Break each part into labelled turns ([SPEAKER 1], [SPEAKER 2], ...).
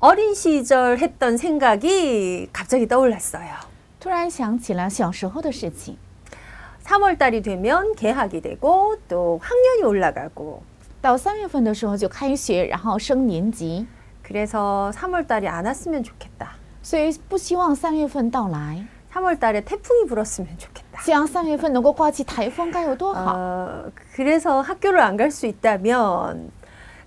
[SPEAKER 1] 어린 시절 했던 생각이 갑자기 떠올랐어요.
[SPEAKER 2] 突然想起了小时候的事情。
[SPEAKER 1] 3월 달이 되면 개학이 되고 또 학년이 올라가고
[SPEAKER 2] 到三月份的时候就开学，然后升年级，
[SPEAKER 1] 그래서 3월 달이 안 왔으면 좋겠다.
[SPEAKER 2] 所以不希望三月份到来，
[SPEAKER 1] 3월 달에 태풍이 불었으면 좋겠다.
[SPEAKER 2] 希望三月份能够刮起台风该有多
[SPEAKER 1] 呃
[SPEAKER 2] 好。
[SPEAKER 1] 어, 그래서 학교를 안 갈 수 있다면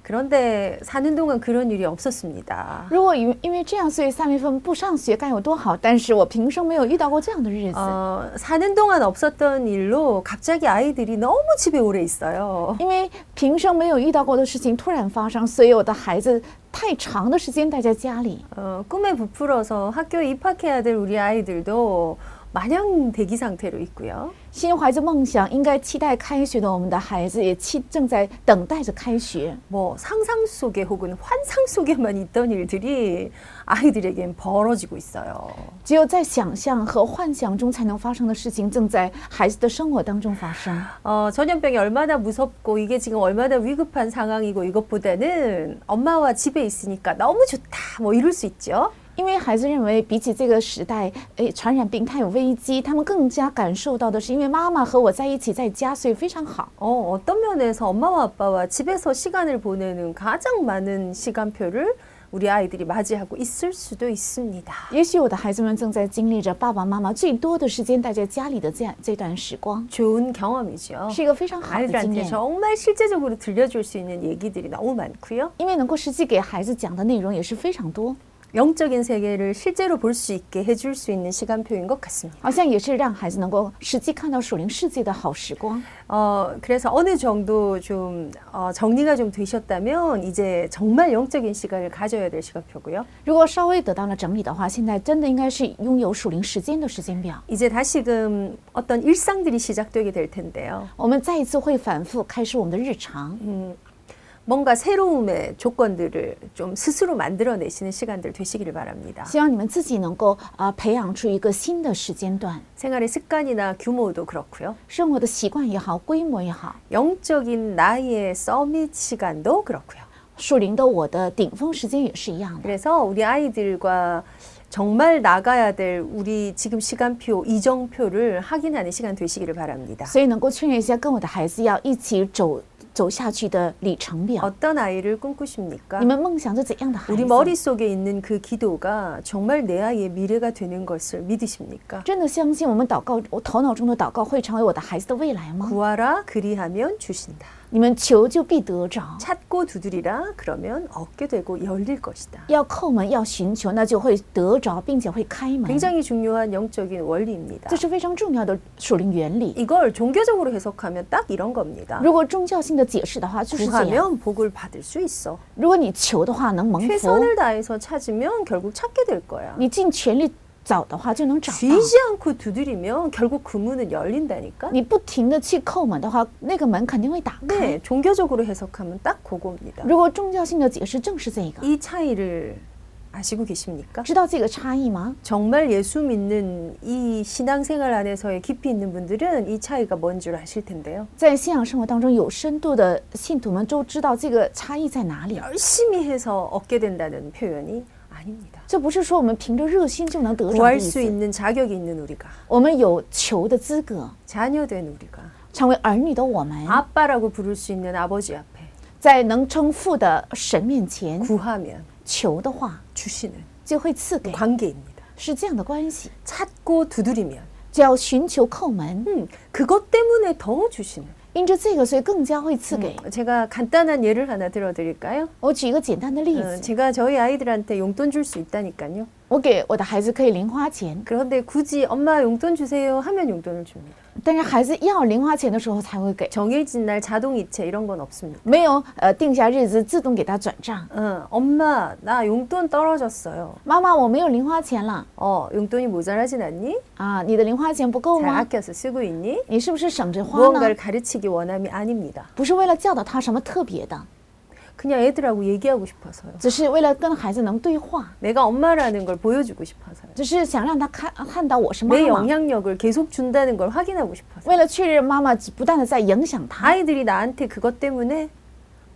[SPEAKER 1] 그런데 사는 동안 그런 일이 없었습니다.
[SPEAKER 2] 如果因因为这样，所以三月份不上学该有多好。但是我平生没有遇到过这样的日子，
[SPEAKER 1] 어, 사는 동안 없었던 일로 갑자기 아이들이 너무 집에 오래 있어요.
[SPEAKER 2] 因为平生没有遇到过的事情突然发生，所以我的孩子太长的时间待在家里。
[SPEAKER 1] 어, 꿈에 부풀어서 학교에 입학해야 될 우리 아이들도 마냥 대기 상태로 있고요.
[SPEAKER 2] 心怀着梦想，应该期待开学的我们的孩子也期正在等待着开学。
[SPEAKER 1] 뭐 상상 속에 혹은 환상 속에만 있던 일들이 아이들에겐 벌어지고 있어요.
[SPEAKER 2] 只有在想象和幻想中才能发生的事情，正在孩子的生活当中发生。
[SPEAKER 1] 어, 전염병이 얼마나 무섭고 이게 지금 얼마나 위급한 상황이고 이것보다는 엄마와 집에 있으니까 너무 좋다 뭐 이럴 수 있죠.
[SPEAKER 2] 因为孩子认为，比起这个时代，诶，传染病它有危机，他们更加感受到的是，因为妈妈和我在一起在家，所以非常好。
[SPEAKER 1] 어, 어떤 면에서 엄마와 아빠와 집에서 시간을 보내는 가장 많은 시간표를 우리 아이들이 맞이하고 있을 수도 있습니다.
[SPEAKER 2] 也许我的孩子们正在经历着爸爸妈妈最多的时间待在家里的这样这段时光，
[SPEAKER 1] 좋은 경험이죠.
[SPEAKER 2] 是一个非常好的经
[SPEAKER 1] 아이들한테
[SPEAKER 2] 验。
[SPEAKER 1] 정말 실제적으로 들려줄 수 있는 얘기들이 너무 많고요.
[SPEAKER 2] 因为能够实际给孩子讲的内容也是非常多，
[SPEAKER 1] 영적인 세계를 실제로 볼 수 있게 해줄 수 있는 시간표인 것 같습니다.
[SPEAKER 2] 好像也是让孩子能够实际看到属灵世界的好时光。
[SPEAKER 1] 어, 그래서 어느 정도 좀 어, 정리가 좀 되셨다면 이제 정말 영적인 시간을 가져야 될 시간표고요.
[SPEAKER 2] 如果稍微得到了整理的话，现在真的应该是拥有属灵时间的时间表。
[SPEAKER 1] 이제 다시금 어떤 일상들이 시작되게 될 텐데요.
[SPEAKER 2] 我们再一次会反复开始我们的日常，
[SPEAKER 1] 뭔가 새로움의 조건들을 좀 스스로 만들어내시는 시간들 되시기를 바랍니다.
[SPEAKER 2] 希望你们自己能够啊、培养出一个新的时间段，
[SPEAKER 1] 생활의 습관이나 규모도 그렇고요.
[SPEAKER 2] 生活的习惯也好，规模也好，
[SPEAKER 1] 영적인 나의 서밋 시간도 그렇고요.
[SPEAKER 2] 树林的我的顶峰时间也是一样的。
[SPEAKER 1] 그래서 우리 아이들과 정말 나가야 될 우리 지금 시간표, 이정표를 확인하는 시간 되시기를 바랍니다.
[SPEAKER 2] 所以能够确认一下，跟我的孩子要一起走走下去的里程表。
[SPEAKER 1] 어떤 아이를 꿈꾸십니까?
[SPEAKER 2] 你们梦想着怎样的孩
[SPEAKER 1] 우리
[SPEAKER 2] 子？
[SPEAKER 1] 머릿속에 있는 그 기도가 정말 내 아이의 미래가 되는 것을 믿으십니까?
[SPEAKER 2] 真的相信我们祷告，我头脑中的祷告会成为我的孩子的未来吗？
[SPEAKER 1] 구하라 그리하면 주신다.
[SPEAKER 2] 你们求就必得着，
[SPEAKER 1] 찾고 두드리라 그러면 얻게 되고 열릴 것이다.
[SPEAKER 2] 要叩门，要寻求，那就会得着，并且会开门。
[SPEAKER 1] 굉장히 중요한 영적인 원리입니다.
[SPEAKER 2] 这是非常重要的属灵原理。
[SPEAKER 1] 이걸 종교적으로 해석하면 딱 이런 겁니다.
[SPEAKER 2] 如果宗教性的解释的话，就是这样。
[SPEAKER 1] 구하면 음, 복을 받을 수 있어.
[SPEAKER 2] 如果你求的话，能蒙福；
[SPEAKER 1] 최선을 다해서 찾으면 결국 찾게 될 거야.
[SPEAKER 2] 你尽全力找的话，就能找到。
[SPEAKER 1] 쥐지 않고 두드리면 결국 그 문은 열린다니까.
[SPEAKER 2] 你不停的去叩门的话，那个门肯定会打开。
[SPEAKER 1] 네, 종교적으로 해석하면 딱 그겁니다.
[SPEAKER 2] 如果宗教性的解释正是这个，
[SPEAKER 1] 이 차이를 아시고 계십니까?
[SPEAKER 2] 知道这个差异吗？
[SPEAKER 1] 정말 예수 믿는 이 신앙생활 안에서의 깊이 있는 분들은 이 차이가 뭔 줄 아실 텐데요.
[SPEAKER 2] 在信仰生活当中有深度的信徒们都知道这个差异在哪里。
[SPEAKER 1] 열심히 해서 얻게 된다는 표현이 아닙니다.
[SPEAKER 2] 这不是说我们凭着热心就能得着的
[SPEAKER 1] 구할
[SPEAKER 2] 意
[SPEAKER 1] 수
[SPEAKER 2] 思，
[SPEAKER 1] 있는 자격이 있는 우리가
[SPEAKER 2] 我们有求的资格。
[SPEAKER 1] 자녀된 우리가
[SPEAKER 2] 成为儿女的我
[SPEAKER 1] 네.
[SPEAKER 2] 们，
[SPEAKER 1] 아빠라고 부를 수 있는 아버지 앞에
[SPEAKER 2] 在能称父的神面
[SPEAKER 1] 음.
[SPEAKER 2] 前
[SPEAKER 1] 구하면
[SPEAKER 2] 求的话，
[SPEAKER 1] 주시는
[SPEAKER 2] 就会赐给，
[SPEAKER 1] 관계입니다.
[SPEAKER 2] 是这样的关系。
[SPEAKER 1] 찾고 두드리면
[SPEAKER 2] 只要寻求叩门，
[SPEAKER 1] 음, 그것 때문에 더 주시는 음,
[SPEAKER 2] 因着这个，所以更加会赐给。
[SPEAKER 1] 제가 간단한 예를 하나 들어드릴까요?
[SPEAKER 2] 我举一个简单的例
[SPEAKER 1] 어,
[SPEAKER 2] 子，
[SPEAKER 1] 제가 저희 아이들한테 용돈 줄 수 있다니까요.
[SPEAKER 2] 我给我的孩子可以零花钱，
[SPEAKER 1] 그런데 굳이 엄마 용돈 주세요 하면 용돈을 줍니다.
[SPEAKER 2] 但是孩子要零花钱的时候才会给，
[SPEAKER 1] 정해진 날 자동이체 이런 건 없습니다.
[SPEAKER 2] 没有呃定下日子自动给他转账。
[SPEAKER 1] 어, 엄마 나 용돈 떨어졌어요.
[SPEAKER 2] 妈妈，我没有零花钱了
[SPEAKER 1] 어 용돈이 모자라진 않니?
[SPEAKER 2] 啊，你的零花钱不够
[SPEAKER 1] 잘
[SPEAKER 2] 吗？
[SPEAKER 1] 아껴서 쓰고 있니?
[SPEAKER 2] 你是不是省着花呢
[SPEAKER 1] 무언가를 ？ 가르치기 원함이 아닙니다.
[SPEAKER 2] 不是为了教导他什么特别的，
[SPEAKER 1] 그냥 애들하고 얘기하고 싶어서요.
[SPEAKER 2] 只是为了跟孩子能对话，
[SPEAKER 1] 내가 엄마라는 걸 보여주고 싶어서요.
[SPEAKER 2] 只是想让他看呃看到我是妈
[SPEAKER 1] 내
[SPEAKER 2] 妈。
[SPEAKER 1] 영향력을 계속 준다는 걸 확인하고 싶어서.
[SPEAKER 2] 为了确认妈妈不断的在影响他，
[SPEAKER 1] 아이들이 나한테 그것 때문에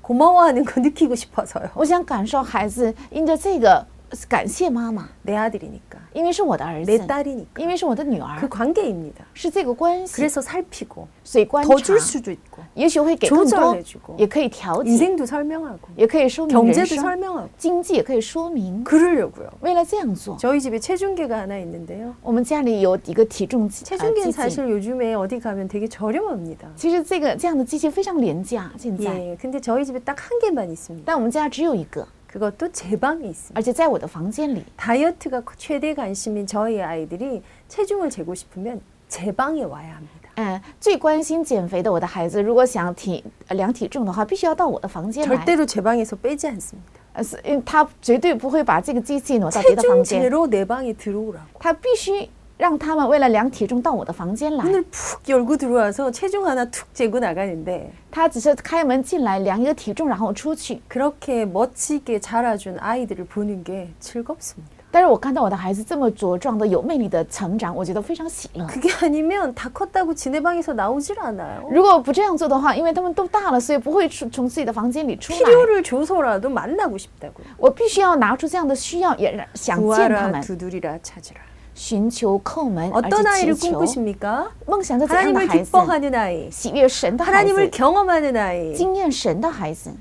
[SPEAKER 1] 고마워하는 걸 느끼고 싶어서요.
[SPEAKER 2] 我想感受孩子因着这个感谢妈妈，
[SPEAKER 1] 내 아들이니까,
[SPEAKER 2] 因为是我的儿
[SPEAKER 1] 내
[SPEAKER 2] 子，
[SPEAKER 1] 딸이니까
[SPEAKER 2] 因为是我的女儿
[SPEAKER 1] 그 ， 관계입니다.
[SPEAKER 2] 是这个关系，
[SPEAKER 1] 그래서 살피고
[SPEAKER 2] 所以观察
[SPEAKER 1] 더 줄 수도 있고
[SPEAKER 2] 也许会给更多
[SPEAKER 1] 조절해주고 ，
[SPEAKER 2] 也可以调节，
[SPEAKER 1] 인생도 설명하고
[SPEAKER 2] 也可以说明人
[SPEAKER 1] 경제도
[SPEAKER 2] 生，
[SPEAKER 1] 설명하고
[SPEAKER 2] 经济也可以说明。
[SPEAKER 1] 그러려고요.
[SPEAKER 2] 为了这样做，
[SPEAKER 1] 저희 집에 체중계가 하나 있는데요.
[SPEAKER 2] 我们家里有一个体重机，呃
[SPEAKER 1] 체중계는
[SPEAKER 2] 机器
[SPEAKER 1] 사실 요즘에 어디 가면 되게 저렴합니다.
[SPEAKER 2] 其实这个这样的机器非常廉价，现在，
[SPEAKER 1] 예, 근데 저희 집에 딱 한 개만 있습니다.
[SPEAKER 2] 但我们家只有一个，
[SPEAKER 1] 그것도 제 방에 있습니다.
[SPEAKER 2] 而且在我的房间里。
[SPEAKER 1] 다이어트가 최대 관심인 저희 아이들이 체중을 재고 싶으면 제 방에 와야 합니다.
[SPEAKER 2] 嗯，最关心减肥的我的孩子，如果想体呃量体重的话，必须要到我的房
[SPEAKER 1] 네,
[SPEAKER 2] 间来。
[SPEAKER 1] 절대로 제 방에서 빼지 않습니다.
[SPEAKER 2] 呃，是因为他绝对不会把这个机器挪到别的房间，
[SPEAKER 1] 체중제로 그러니까 내 방에 들어오라고.
[SPEAKER 2] 他必须让他们为了量体重到我的房间来。
[SPEAKER 1] 문을 푹 열고 들어와서 체중 하나 툭 재고 나가는데
[SPEAKER 2] 他只是开门进来量一个体重，然后出去。
[SPEAKER 1] 그렇게 멋지게 자라준 아이들을 보는 게 즐겁습니다.
[SPEAKER 2] 但是我看到我的孩子这么茁壮的、有魅力的成长，我觉得非常喜乐。
[SPEAKER 1] 그게 아니면 다 컸다고 지네 방에서 나오질 않아요.
[SPEAKER 2] 如果不这样做的话，因为他们都大了，所以不会出从自己的房间里出来。
[SPEAKER 1] 필요를 줘서라도 만나고 싶다고요.
[SPEAKER 2] 我必须要拿出这样的需要，也让想见他
[SPEAKER 1] 구하라
[SPEAKER 2] 们，
[SPEAKER 1] 두드리라 찾으라.
[SPEAKER 2] 寻求叩门，而
[SPEAKER 1] 어떤
[SPEAKER 2] 且
[SPEAKER 1] 아이를
[SPEAKER 2] 祈求。
[SPEAKER 1] 꿈꾸십니까?
[SPEAKER 2] 梦想着怎样的
[SPEAKER 1] 하나님을
[SPEAKER 2] 孩子？
[SPEAKER 1] 기뻐하는 아이,
[SPEAKER 2] 喜悦神的孩
[SPEAKER 1] 하나님을
[SPEAKER 2] 子，嗯
[SPEAKER 1] 경험하는 아이,
[SPEAKER 2] 经验神的孩子，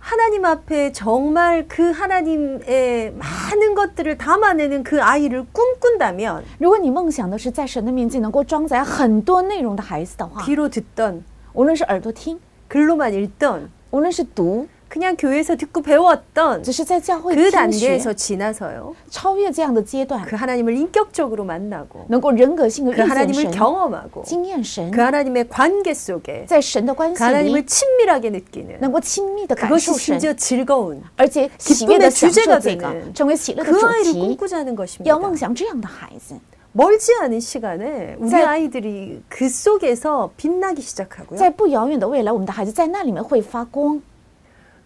[SPEAKER 1] 하나님 앞에 정말 그 하나님의 많은 것들을 담아내는 그 아이를 꿈꾼다면
[SPEAKER 2] 如果你梦想的是在神的面前能够装载很多内容的孩子的话，
[SPEAKER 1] 귀로 듣던
[SPEAKER 2] 无论是耳朵听，
[SPEAKER 1] 글로만 읽던
[SPEAKER 2] 无论是读，
[SPEAKER 1] 그냥 교회에서 듣고 배웠던
[SPEAKER 2] 只是在教会
[SPEAKER 1] 그
[SPEAKER 2] 听学，
[SPEAKER 1] 단계에서 지나서요.
[SPEAKER 2] 超越这样的阶段，
[SPEAKER 1] 그 하나님을 인격적으로 만나고
[SPEAKER 2] 能够人格性的遇
[SPEAKER 1] 그
[SPEAKER 2] 见
[SPEAKER 1] 하나님을
[SPEAKER 2] 神，
[SPEAKER 1] 경험하고
[SPEAKER 2] 经验神
[SPEAKER 1] 그 ， 하나님의 관계 속에
[SPEAKER 2] 在神的关
[SPEAKER 1] 그
[SPEAKER 2] 系
[SPEAKER 1] 하나님을
[SPEAKER 2] 里，
[SPEAKER 1] 친밀하게 느끼는
[SPEAKER 2] 能够亲密的感受
[SPEAKER 1] 그것이
[SPEAKER 2] 神，
[SPEAKER 1] 심지어 즐거운
[SPEAKER 2] 而且喜悦的享受这
[SPEAKER 1] 기쁨의주제가되는
[SPEAKER 2] 个，成为喜乐的
[SPEAKER 1] 그 아이를
[SPEAKER 2] 主题。
[SPEAKER 1] 꿈꾸자는 것입니다.
[SPEAKER 2] 要梦想这样的孩子，
[SPEAKER 1] 멀지 않은 시간에 우리
[SPEAKER 2] 자-
[SPEAKER 1] 아이들이 그 속에서 빛나기 시작하고요.
[SPEAKER 2] 在不遥远的未来，我们的孩子在那里面会发光，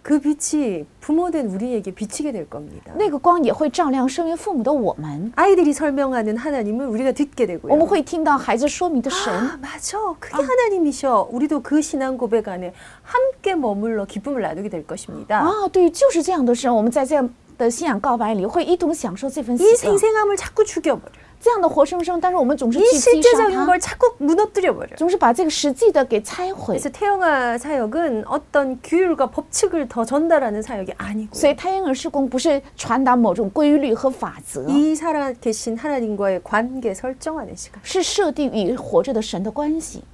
[SPEAKER 1] 그 빛이 부모된 우리에게 비치게 될 겁니다.
[SPEAKER 2] 那个光也会照亮身为父母的我们。
[SPEAKER 1] 아이들이 설명하는 하나님을 우리가 듣게
[SPEAKER 2] 我们
[SPEAKER 1] 되고요.
[SPEAKER 2] 会听到孩子说明的神
[SPEAKER 1] 아, ， 맞아. 그게 하나님이셔. 우리도 그 신앙 고백 안에 함께 머물러 기쁨을 나누게 될 것입니다.
[SPEAKER 2] 啊，对，就是这样的神。我们在这样的信仰告白里，会一同享受这份喜
[SPEAKER 1] 이
[SPEAKER 2] 乐。
[SPEAKER 1] 생생함을 자꾸 죽여버려.
[SPEAKER 2] 这样的活生生，但是我们总是去
[SPEAKER 1] 이
[SPEAKER 2] 击杀
[SPEAKER 1] 실제적인
[SPEAKER 2] 它，
[SPEAKER 1] 걸 자꾸 무너뜨려버려.
[SPEAKER 2] 总是把这个实际的给拆毁。
[SPEAKER 1] 그래서 태영아 사역은 어떤 규율과 법칙을 더 전달하는 사역이 아니고
[SPEAKER 2] 所以太阳儿施工不是传达某种规律和法则，
[SPEAKER 1] 이 살아 계신 하나님과의 관계 설정하는 시간.
[SPEAKER 2] 是设定与活着的神的关系。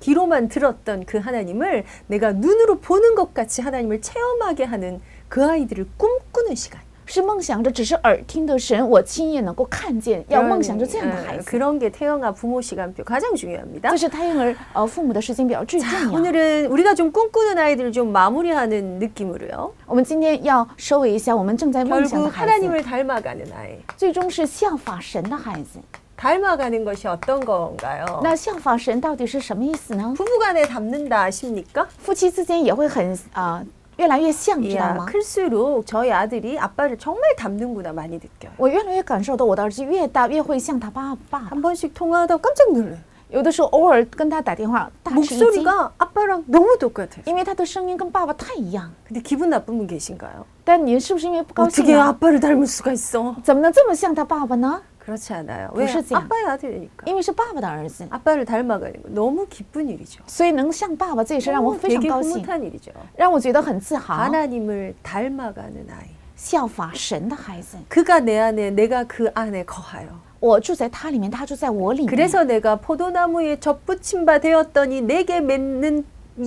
[SPEAKER 1] 귀로만 들었던 그 하나님을 내가 눈으로 보는 것 같이 하나님을 체험하게 하는 그 아이들을 꿈꾸는 시간.
[SPEAKER 2] 是梦想着只是耳听的神，我亲眼能够看见，要
[SPEAKER 1] 그런,
[SPEAKER 2] 梦想着这样的
[SPEAKER 1] 어,
[SPEAKER 2] 孩子，
[SPEAKER 1] 그런 게 태영아 부모 시간표 가장 중요합니다.
[SPEAKER 2] 这是太阳儿呃父母的时间表最重
[SPEAKER 1] 자,
[SPEAKER 2] 要。
[SPEAKER 1] 오늘은 우리가 좀 꿈꾸는 아이들을 좀 마무리하는 느낌으로요.
[SPEAKER 2] 我们今天要收尾一下，我们正在梦想
[SPEAKER 1] 결국
[SPEAKER 2] 的孩子，
[SPEAKER 1] 하나님을 닮아가는 아이.
[SPEAKER 2] 最终是效法神的孩子。
[SPEAKER 1] 닮아가는 것이 어떤 건가요?
[SPEAKER 2] 那效法神到底是什么意思呢？
[SPEAKER 1] 부부간에 닮는다 아십니까?
[SPEAKER 2] 夫妻之间也会很啊、越来越像，知道
[SPEAKER 1] 이야,
[SPEAKER 2] 吗？
[SPEAKER 1] 클수록 저희 아들이 아빠를 정말 닮는구나 많이 느껴요.
[SPEAKER 2] 我越来越感受到我的儿子越大越会像他爸爸。
[SPEAKER 1] 한 번씩 통화하다 깜짝 놀래.
[SPEAKER 2] 有的时候偶尔跟他打电话，大吃一惊，
[SPEAKER 1] 목소리가 아빠랑 너무 똑같아요.
[SPEAKER 2] 因为他的声音跟爸爸太一样。
[SPEAKER 1] 근데 기분 나쁜 분 계신가요?
[SPEAKER 2] 但您是不是因为不高兴
[SPEAKER 1] 어떻게
[SPEAKER 2] 啊？
[SPEAKER 1] 아빠를 닮을 수가 있어?
[SPEAKER 2] 怎么能这么像他爸爸呢？
[SPEAKER 1] 그렇지 않아요. 왜?
[SPEAKER 2] 보셨어요?
[SPEAKER 1] 아빠의 아들이니까.
[SPEAKER 2] 因为是爸爸的儿子，
[SPEAKER 1] 아빠를 닮아가는 거 너무 기쁜 일이죠.
[SPEAKER 2] 所以能像爸爸，这也是让我
[SPEAKER 1] 너무
[SPEAKER 2] 非常
[SPEAKER 1] 되게
[SPEAKER 2] 高兴，
[SPEAKER 1] 흐뭇한 일이죠.
[SPEAKER 2] 让我觉得很自
[SPEAKER 1] 아.
[SPEAKER 2] 豪。
[SPEAKER 1] 하나님을 닮아가는 아이.
[SPEAKER 2] 效法神的孩子，
[SPEAKER 1] 그가 내 안에, 내가 그 안에 거하여.
[SPEAKER 2] 我住在他里面，他住在我里面。
[SPEAKER 1] 그래서 내가 포도나무에 접붙임 바 되었더니 내게 맺는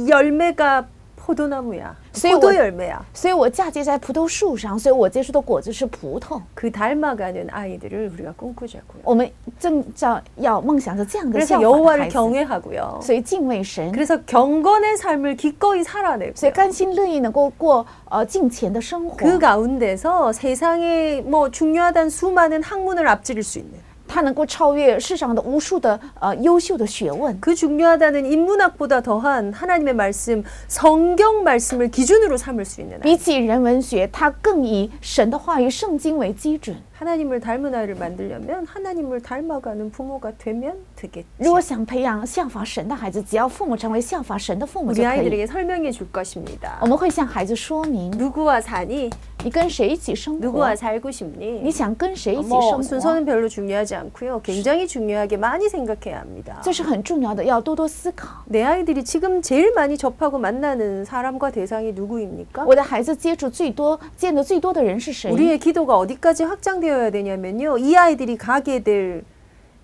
[SPEAKER 1] 열매가 포도나무야.
[SPEAKER 2] 수요-
[SPEAKER 1] 포도 열매야.
[SPEAKER 2] 所以我嫁接在葡萄树上，所以我接触的果子是葡萄。
[SPEAKER 1] 그 닮아가는 아이들을 우리가 꿈꾸자고요.
[SPEAKER 2] 我们正照要梦想着这样的
[SPEAKER 1] 그래서
[SPEAKER 2] 效法的
[SPEAKER 1] 여호와를
[SPEAKER 2] 孩子，
[SPEAKER 1] 경외하고요.
[SPEAKER 2] 所以敬畏神，
[SPEAKER 1] 그래서 경건의 삶을 기꺼이 살아내고
[SPEAKER 2] 所以甘心乐意能够过呃敬虔的生活。
[SPEAKER 1] 그 가운데서 세상에 뭐 중요하단 수많은 학문을 앞지를 수 있는
[SPEAKER 2] 他能够超越世上的无数的呃优秀的学问，
[SPEAKER 1] 그 중요하다는 인문학보다 더한 하나님의 말씀 성경 말씀을 기준으로 삼을 수 있는 아이.
[SPEAKER 2] 比起人文学，他更以神的话语、圣经为基准。
[SPEAKER 1] 하나님을 닮은 아이를 만들려면 하나님을 닮아가는 부모가 되면 되겠지.
[SPEAKER 2] 如果想培养效法神的孩子，只要父母成为效法神的父母就
[SPEAKER 1] 우리
[SPEAKER 2] 可以。
[SPEAKER 1] 아이들에게 설명해 줄 것입니다.
[SPEAKER 2] 我们会向孩子说明，
[SPEAKER 1] 누구와 사니?
[SPEAKER 2] 你跟谁一起生活
[SPEAKER 1] 누구와 ， 살고
[SPEAKER 2] 你
[SPEAKER 1] 싶니?
[SPEAKER 2] 想跟谁一起
[SPEAKER 1] 뭐
[SPEAKER 2] 生活，
[SPEAKER 1] 순서는 별로 중요하지 않고요. 굉장히 중요하게 많이 생각해야 합니다.
[SPEAKER 2] 这是很重要的，要多多思考。
[SPEAKER 1] 내 아이들이 지금 제일 많이 접하고 만나는 사람과 대상이 누구입니까?
[SPEAKER 2] 我的孩子接触最多、见得最多的人是谁？
[SPEAKER 1] 우리의 기도가 어디까지 확장되어야 되냐면요. 이 아이들이 가게 될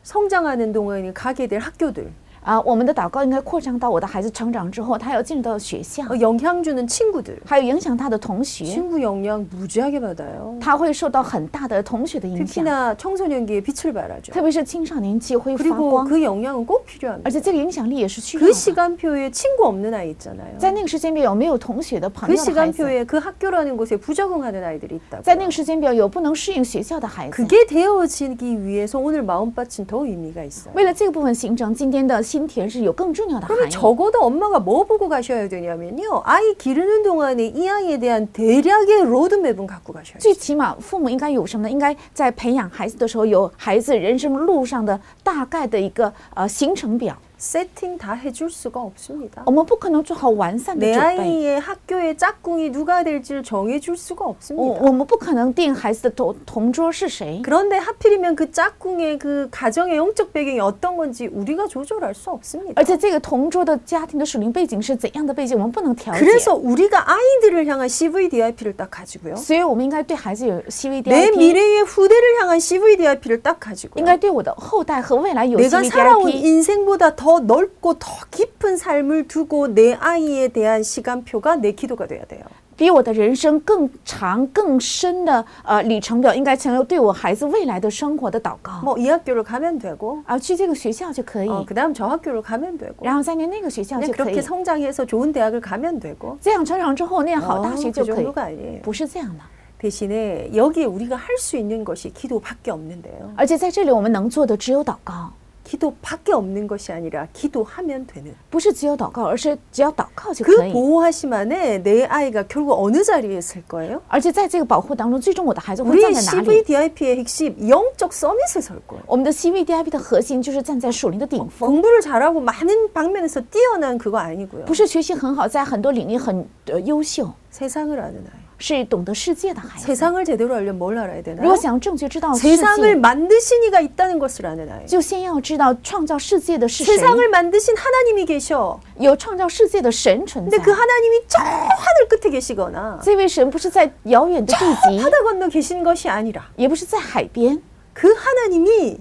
[SPEAKER 1] 성장하는 동안에 가게 될 학교들,
[SPEAKER 2] 啊，我们的祷告应该扩张到我的孩子成长之后，他要进入到学校，
[SPEAKER 1] 어, 영향 주는 친구들.
[SPEAKER 2] 还有影响他的同学，
[SPEAKER 1] 친구 영향 무지하게 받아요.
[SPEAKER 2] 他会受到很大的同学的影响，
[SPEAKER 1] 특히나 청소년기에 빛을 발하죠.
[SPEAKER 2] 特别是青少年期会发
[SPEAKER 1] 그리고
[SPEAKER 2] 光，
[SPEAKER 1] 그 영향은 꼭
[SPEAKER 2] 而
[SPEAKER 1] 필요합니다.
[SPEAKER 2] 且这个影响力也是需要
[SPEAKER 1] 그
[SPEAKER 2] 的。
[SPEAKER 1] 시간표에 친구 없는 아이 있잖아요.
[SPEAKER 2] 在那个时间表有没有同学的朋
[SPEAKER 1] 그
[SPEAKER 2] 友的孩子？
[SPEAKER 1] 시간표에 그 학교라는 곳에 부적응하는 아이들이 있다고.
[SPEAKER 2] 在那个时间表有不能适应学校的孩子？
[SPEAKER 1] 그게 되어지기 위해서 오늘 마음밭은 더 의미가 있어요.
[SPEAKER 2] 为了这个部分形成今天的新田是有更重要的含
[SPEAKER 1] 그러면
[SPEAKER 2] 义。
[SPEAKER 1] 적어도 엄마가 뭐 보고 가셔야 되냐면요. 아이 기르는 동안에 이 아이에 대한 대략의 로드맵은 갖고 가셔야 돼요.
[SPEAKER 2] 最起码父母应该有什么呢？应该在培养孩子的时候有孩子人生路上的大概的一个呃行程表。
[SPEAKER 1] 세팅 다 해줄 수가 없습니다.
[SPEAKER 2] 我们不可能做好完善的
[SPEAKER 1] 내
[SPEAKER 2] 准备，
[SPEAKER 1] 아이의 학교의 짝꿍이 누가 될지를 정해줄 수가
[SPEAKER 2] 我
[SPEAKER 1] 없습니다.
[SPEAKER 2] 我们不可能定孩子的同同桌是谁。
[SPEAKER 1] 그런데 하필이면 그 짝꿍의 그 가정의 영적 배경이 어떤 건지 우리가 조절할 수 없습니다.
[SPEAKER 2] 而且这个同桌的家庭的属灵背景是怎样的背景，我们不能调节。
[SPEAKER 1] 그래서 우리가 아이들을 향한 CVDIP를 딱 가지고요.
[SPEAKER 2] 所以我们应该对孩子有
[SPEAKER 1] 내
[SPEAKER 2] CVDIP，
[SPEAKER 1] 미래의 후대를 향한 CVDIP를 딱 가지고요.
[SPEAKER 2] 应该对我的后代和未来有
[SPEAKER 1] 내가 살아온
[SPEAKER 2] CVDIP。
[SPEAKER 1] 인생보다 더 넓고 더 깊은 삶을 두고 내 아이에 대한 시간표가 내 기도가 돼야 돼요.
[SPEAKER 2] 比我的人生更长、更深的呃里程表，应该成为对我孩子未来的生活的祷告。
[SPEAKER 1] 뭐 이 학교를 가면 되고
[SPEAKER 2] 啊，去这个学校就可以，
[SPEAKER 1] 어, 그다음 저 학교를 가면 되고
[SPEAKER 2] 然后再念那个学校
[SPEAKER 1] 그냥
[SPEAKER 2] 就可以
[SPEAKER 1] 그렇게 ， 성장해서 좋은 대학을 가면 되고
[SPEAKER 2] 这样成长之后念好
[SPEAKER 1] 어,
[SPEAKER 2] 大学
[SPEAKER 1] 그
[SPEAKER 2] 就可以，
[SPEAKER 1] 정도가 아니에요.
[SPEAKER 2] 不是这样的。
[SPEAKER 1] 대신에 여기에 우리가 할 수 있는 것이 기도밖에 없는데요.
[SPEAKER 2] 而且在这里我们能做的只有祷告，
[SPEAKER 1] 기도밖에 없는 것이 아니라 기도하면 되는
[SPEAKER 2] 不是只有祷告，而是只要祷告就可
[SPEAKER 1] 그
[SPEAKER 2] 以。
[SPEAKER 1] 보호하심 안에 내 아이가 결국 어느 자리에 있을 거예요?
[SPEAKER 2] 而且在这个保护当中，最终我的孩子会站
[SPEAKER 1] 우리의
[SPEAKER 2] 在哪里？
[SPEAKER 1] CVDIP의 핵심 영적 서밋에 설 거예요.
[SPEAKER 2] 我们的 CVDIP 的核心就是站在属灵的顶峰，
[SPEAKER 1] 공부를 잘하고 많은 방면에서 뛰어난 그거 아니고요.
[SPEAKER 2] 不是学习很好，在很多领域很呃优秀，
[SPEAKER 1] 세상을 아는 아이.
[SPEAKER 2] 是懂得世界的孩子。
[SPEAKER 1] 세상을 제대로 알려면 뭘 알아야
[SPEAKER 2] 如
[SPEAKER 1] 되나요?
[SPEAKER 2] 果想正确知道世
[SPEAKER 1] 세상을
[SPEAKER 2] 界，
[SPEAKER 1] 만드신 이가 있다는 것을 아는 아이.
[SPEAKER 2] 就先要知道创造世界的是谁，
[SPEAKER 1] 세상을 만드신 하나님이 계셔.
[SPEAKER 2] 有创造世界的神存
[SPEAKER 1] 근데 。
[SPEAKER 2] 在
[SPEAKER 1] 그 하나님이 저 하늘 끝에 계시거나
[SPEAKER 2] 这位神不是在遥远 的地极，
[SPEAKER 1] 바다 건너 계신 것이 아니라
[SPEAKER 2] 也不是在海边，
[SPEAKER 1] 그 하나님이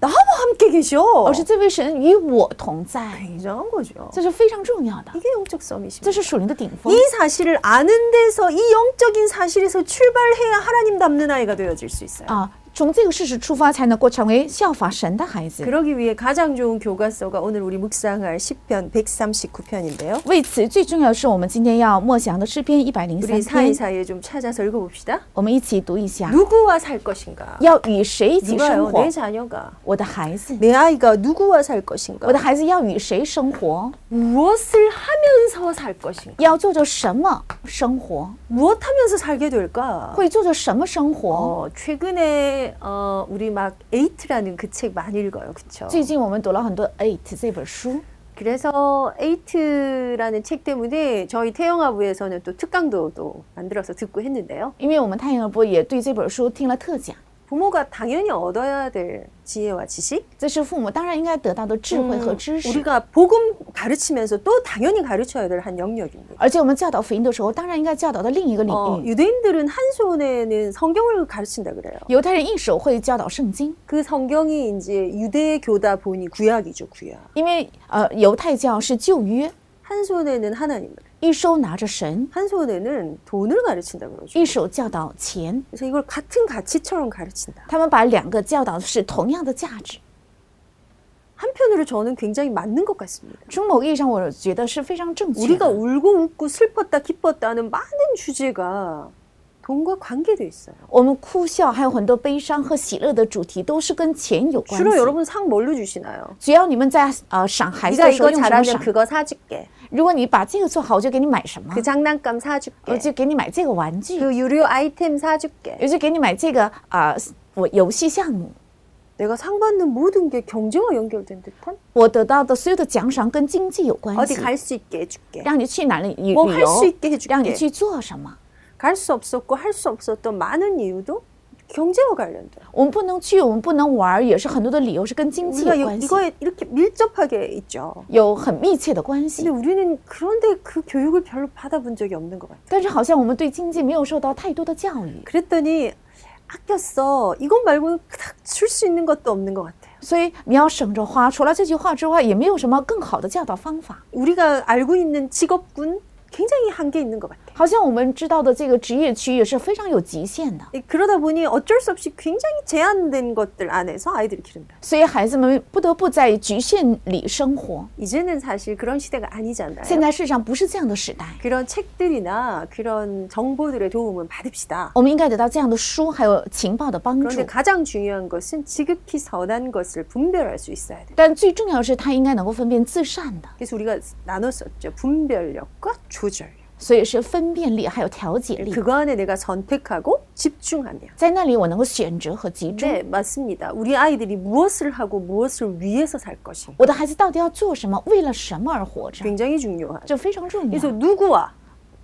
[SPEAKER 1] 나와 함께 계셔.
[SPEAKER 2] 而是这位神与我同在，
[SPEAKER 1] 굉장한 거죠.
[SPEAKER 2] 这是非常重要的，
[SPEAKER 1] 이게 영적 서밋입니다.
[SPEAKER 2] 这是属灵的顶峰
[SPEAKER 1] 이 。 사실을 아는 데서 이 영적인 사실에서 출발해야 하나님 닮는 아이가 되어질 수 있어요.
[SPEAKER 2] 啊，从这个事实出发，才能够成为效法神的孩子。
[SPEAKER 1] 그러기 위해 가장 좋은 교과서가 오늘 우리 묵상할 10편 139편인데요.
[SPEAKER 2] 为此，最重要的是我们今天要默想的诗篇一百零
[SPEAKER 1] 우리
[SPEAKER 2] 三篇，
[SPEAKER 1] 사이사이에 좀 찾아서 읽어봅시다.
[SPEAKER 2] 我们一起读一下：
[SPEAKER 1] 누구와 살 것인가?
[SPEAKER 2] 要与谁一起
[SPEAKER 1] 누가요?
[SPEAKER 2] 生活
[SPEAKER 1] 내 ？ 자녀가.
[SPEAKER 2] 我的孩子，
[SPEAKER 1] 내 아이가 누구와 살 것인가?
[SPEAKER 2] 我的孩子要与谁生活？
[SPEAKER 1] 무엇을 하면서 살 것인가?
[SPEAKER 2] 要做着什么生活？
[SPEAKER 1] 무엇 하면서 살게 될까?
[SPEAKER 2] 会做着什么生活？
[SPEAKER 1] 어, 최근에 어, 우리 막 에이트라는 그 책 많이 읽어요. 그쵸?
[SPEAKER 2] 最近我们读了很多《Eight》这本书，
[SPEAKER 1] 그래서 에이트라는 책 때문에 저희 태영아부에서는 또 특강도 또 만들어서 듣고 했는데요.
[SPEAKER 2] 因为我们太阳波也对这本书听了特讲。
[SPEAKER 1] 부모가 당연히 얻어야 될 지혜와 지식, 음,
[SPEAKER 2] 这是父母当然应该得到的智慧和
[SPEAKER 1] 嗯
[SPEAKER 2] 知识，
[SPEAKER 1] 우리가 복음 가르치면서 또 당연히 가르쳐야 될 한 영역입니다.
[SPEAKER 2] 而且我们教导福音的时候，当然应该教导到另一个领
[SPEAKER 1] 어,
[SPEAKER 2] 域。
[SPEAKER 1] 유대인들은 한 손에는 성경을 가르친다 그래요.
[SPEAKER 2] 犹太人一手会教导圣经，
[SPEAKER 1] 그 성경이 이제 유대교다 보니 구약이죠, 구약.
[SPEAKER 2] 因为呃，犹太教是旧约，
[SPEAKER 1] 한 손에는 하나님을,
[SPEAKER 2] 一手拿着神，
[SPEAKER 1] 한 손에는 돈을 가르친다 그러죠.
[SPEAKER 2] 一手教导钱，
[SPEAKER 1] 그래서 이걸 같은 가치처럼 가르친다.
[SPEAKER 2] 他们把两个教导是同样的价值。
[SPEAKER 1] 한편으로 저는 굉장히 맞는 것 같습니다.
[SPEAKER 2] 从某意义上，我觉得是非常正确
[SPEAKER 1] 우리가
[SPEAKER 2] 的。
[SPEAKER 1] 울고 웃고 슬펐다 기뻤다 하는 많은 주제가 돈과 관계도 있어요.
[SPEAKER 2] 我们哭笑还有很多悲伤和喜乐的主题都是跟钱有关
[SPEAKER 1] 주로
[SPEAKER 2] 系。
[SPEAKER 1] 여러분 상 뭘로 주시나요?
[SPEAKER 2] 只要你们在呃赏孩子
[SPEAKER 1] 네가
[SPEAKER 2] 的时候
[SPEAKER 1] 이거
[SPEAKER 2] 用什么
[SPEAKER 1] 잘하면
[SPEAKER 2] 赏，
[SPEAKER 1] 그거 사줄게.
[SPEAKER 2] 如果你把这个做好，我就给你买什么
[SPEAKER 1] 그 ， 장난감
[SPEAKER 2] 我
[SPEAKER 1] 사줄게.
[SPEAKER 2] 就给你买这个玩具，
[SPEAKER 1] 그 유료 아이템 사줄게.
[SPEAKER 2] 我就给你买这个啊、呃我游戏项目。
[SPEAKER 1] 내가 상 받는 모든 게 경제와 연결된 듯한?
[SPEAKER 2] 我得到的所有的奖赏跟经济有关
[SPEAKER 1] 어디
[SPEAKER 2] 系，
[SPEAKER 1] 갈 수 있게 해줄게.
[SPEAKER 2] 让你去哪里旅
[SPEAKER 1] 뭐
[SPEAKER 2] 旅
[SPEAKER 1] 할 수
[SPEAKER 2] 游，
[SPEAKER 1] 있게
[SPEAKER 2] 让你
[SPEAKER 1] 해줄게.
[SPEAKER 2] 去做什么。
[SPEAKER 1] 갈 수 없었고 할 수 없었던 많은 이유도 경제와 관련돼요.
[SPEAKER 2] 我们不能去，我们不能玩儿，也是很多的理由是跟经济
[SPEAKER 1] 우리가
[SPEAKER 2] 有
[SPEAKER 1] 여-
[SPEAKER 2] 关系，
[SPEAKER 1] 이거에 이렇게 밀접하게 있죠.
[SPEAKER 2] 有很密切的关
[SPEAKER 1] 근데
[SPEAKER 2] 系。
[SPEAKER 1] 우리는 그런데 그 교육을 별로 받아본 적이 없는 것 같아요.
[SPEAKER 2] 但是好像我们对经济没有受到太多的教育，
[SPEAKER 1] 그랬더니 아꼈어. 이것 말고는 그닥 줄 수 있는 것도 없는 것 같아요.
[SPEAKER 2] 所以你要省着花。除了这句话之外，也没有什么更好的教导方法。
[SPEAKER 1] 우리가 알고 있는 직업군 굉장히 한계 있는 것 같아요.
[SPEAKER 2] 好像我们知道的这个职业区也是非常有极限的，
[SPEAKER 1] 예, 그러다 보니 어쩔 수 없이 굉장히 제한된 것들 안에서 아이들을 기른다.
[SPEAKER 2] 所以孩子们不得不在局限里生活。
[SPEAKER 1] 이제는 사실 그런 시대가 아니잖아요.
[SPEAKER 2] 现在世上不是这样的时代，
[SPEAKER 1] 그런 책들이나 그런 정보들의 도움은 받읍시다.
[SPEAKER 2] 我们应该得到这样的书还有情报的帮助
[SPEAKER 1] 그런데 。 가장 중요한 것은 지극히 선한 것을 분별할 수 있어야 돼요.
[SPEAKER 2] 但最重要的是，他应该能够分辨自善的，
[SPEAKER 1] 그래서 우리가 나눴었죠. 분별력과 조절력.
[SPEAKER 2] 所以是分辨力还有调节力。
[SPEAKER 1] 그거 안에 내가 선택하고 집중하며.
[SPEAKER 2] 在那里，我能够选择和集中。
[SPEAKER 1] 네, 맞습니다. 우리 아이들이 무엇을 하고 무엇을 위해서 살 것인가
[SPEAKER 2] 我的孩子到底要做什么？为了什么而活着？
[SPEAKER 1] 굉장히 중요하죠.
[SPEAKER 2] 这非常重
[SPEAKER 1] 그래서
[SPEAKER 2] 要。
[SPEAKER 1] 누구와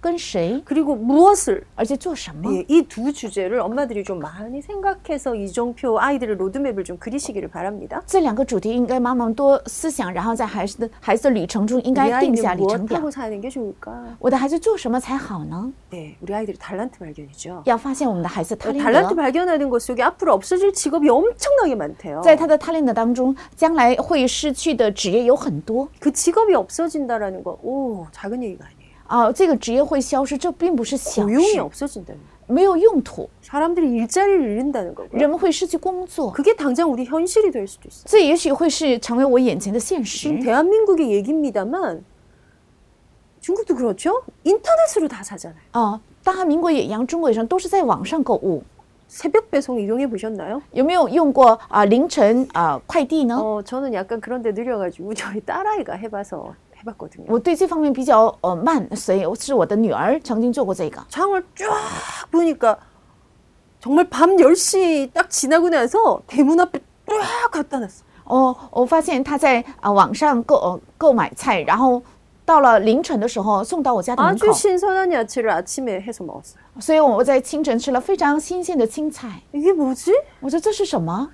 [SPEAKER 2] 跟谁，
[SPEAKER 1] 그리고 무엇을 예,
[SPEAKER 2] 而且做什么？
[SPEAKER 1] 이 두 주제를 엄마들이 좀 많이 생각해서 이정표 아이들의 로드맵을 좀 그리시기를 바랍니다.
[SPEAKER 2] 这两个主题应该妈妈们多思想，然后在孩子的孩子的旅程中应
[SPEAKER 1] 우리
[SPEAKER 2] 该定
[SPEAKER 1] 아이들이
[SPEAKER 2] 下里程表
[SPEAKER 1] 무엇하고 。 사는 게 좋을까?
[SPEAKER 2] 我的孩子做什么才好呢？
[SPEAKER 1] 네, 우리 아이들이 달란트 발견이죠.
[SPEAKER 2] 要发现我们的孩子他
[SPEAKER 1] 달란트
[SPEAKER 2] 练德，
[SPEAKER 1] 발견하는 것 속에 앞으로 없어질 직업이 엄청나게 많대요.
[SPEAKER 2] 在他的他练德当中，将来会失去的职业有很多
[SPEAKER 1] 그 직업이 없어진다라는 건 오, 작은 얘기가 아니에요.
[SPEAKER 2] 啊，这个职业会消失，这并不是小
[SPEAKER 1] 고용이
[SPEAKER 2] 事，
[SPEAKER 1] 없어진다는 거예요.
[SPEAKER 2] 没有用途，
[SPEAKER 1] 사람들이 일자리를 잃는다는 거고요.
[SPEAKER 2] 人们会失去工作，
[SPEAKER 1] 그게 당장 우리 현실이 될 수도 있어요.
[SPEAKER 2] 这也许会是成为我眼前的现
[SPEAKER 1] 지금
[SPEAKER 2] 实。
[SPEAKER 1] 대한민국의 얘기입니다만 중국도 그렇죠? 인터넷으로 다 사잖아요.
[SPEAKER 2] 啊，大韩民国也一样，中国也是都是在网上购物，
[SPEAKER 1] 새벽 배송 이용해 보셨나요?
[SPEAKER 2] 有没有用过啊、凌晨啊、快递呢？
[SPEAKER 1] 어, 저는 약간 그런데 느려가지고 저희 딸아이가 해봐서 해봤거든요.
[SPEAKER 2] 我对这方面比较呃慢，所以我是我的女儿曾经做过这个。
[SPEAKER 1] 창을 쫙 보니까 정말 밤 10시 딱 지나고 나서 대문 앞에 쫙 갖다 놨어.
[SPEAKER 2] 哦，我发现她在啊、网上购、呃、购买菜，然后到了凌晨的时候送到我家的门口
[SPEAKER 1] 아주 ， 신선한 야채를 아침에 해서 먹었어요.
[SPEAKER 2] 所以我在清晨吃了非常新鲜的青菜。
[SPEAKER 1] 이게 뭐지?
[SPEAKER 2] 我说这是什么？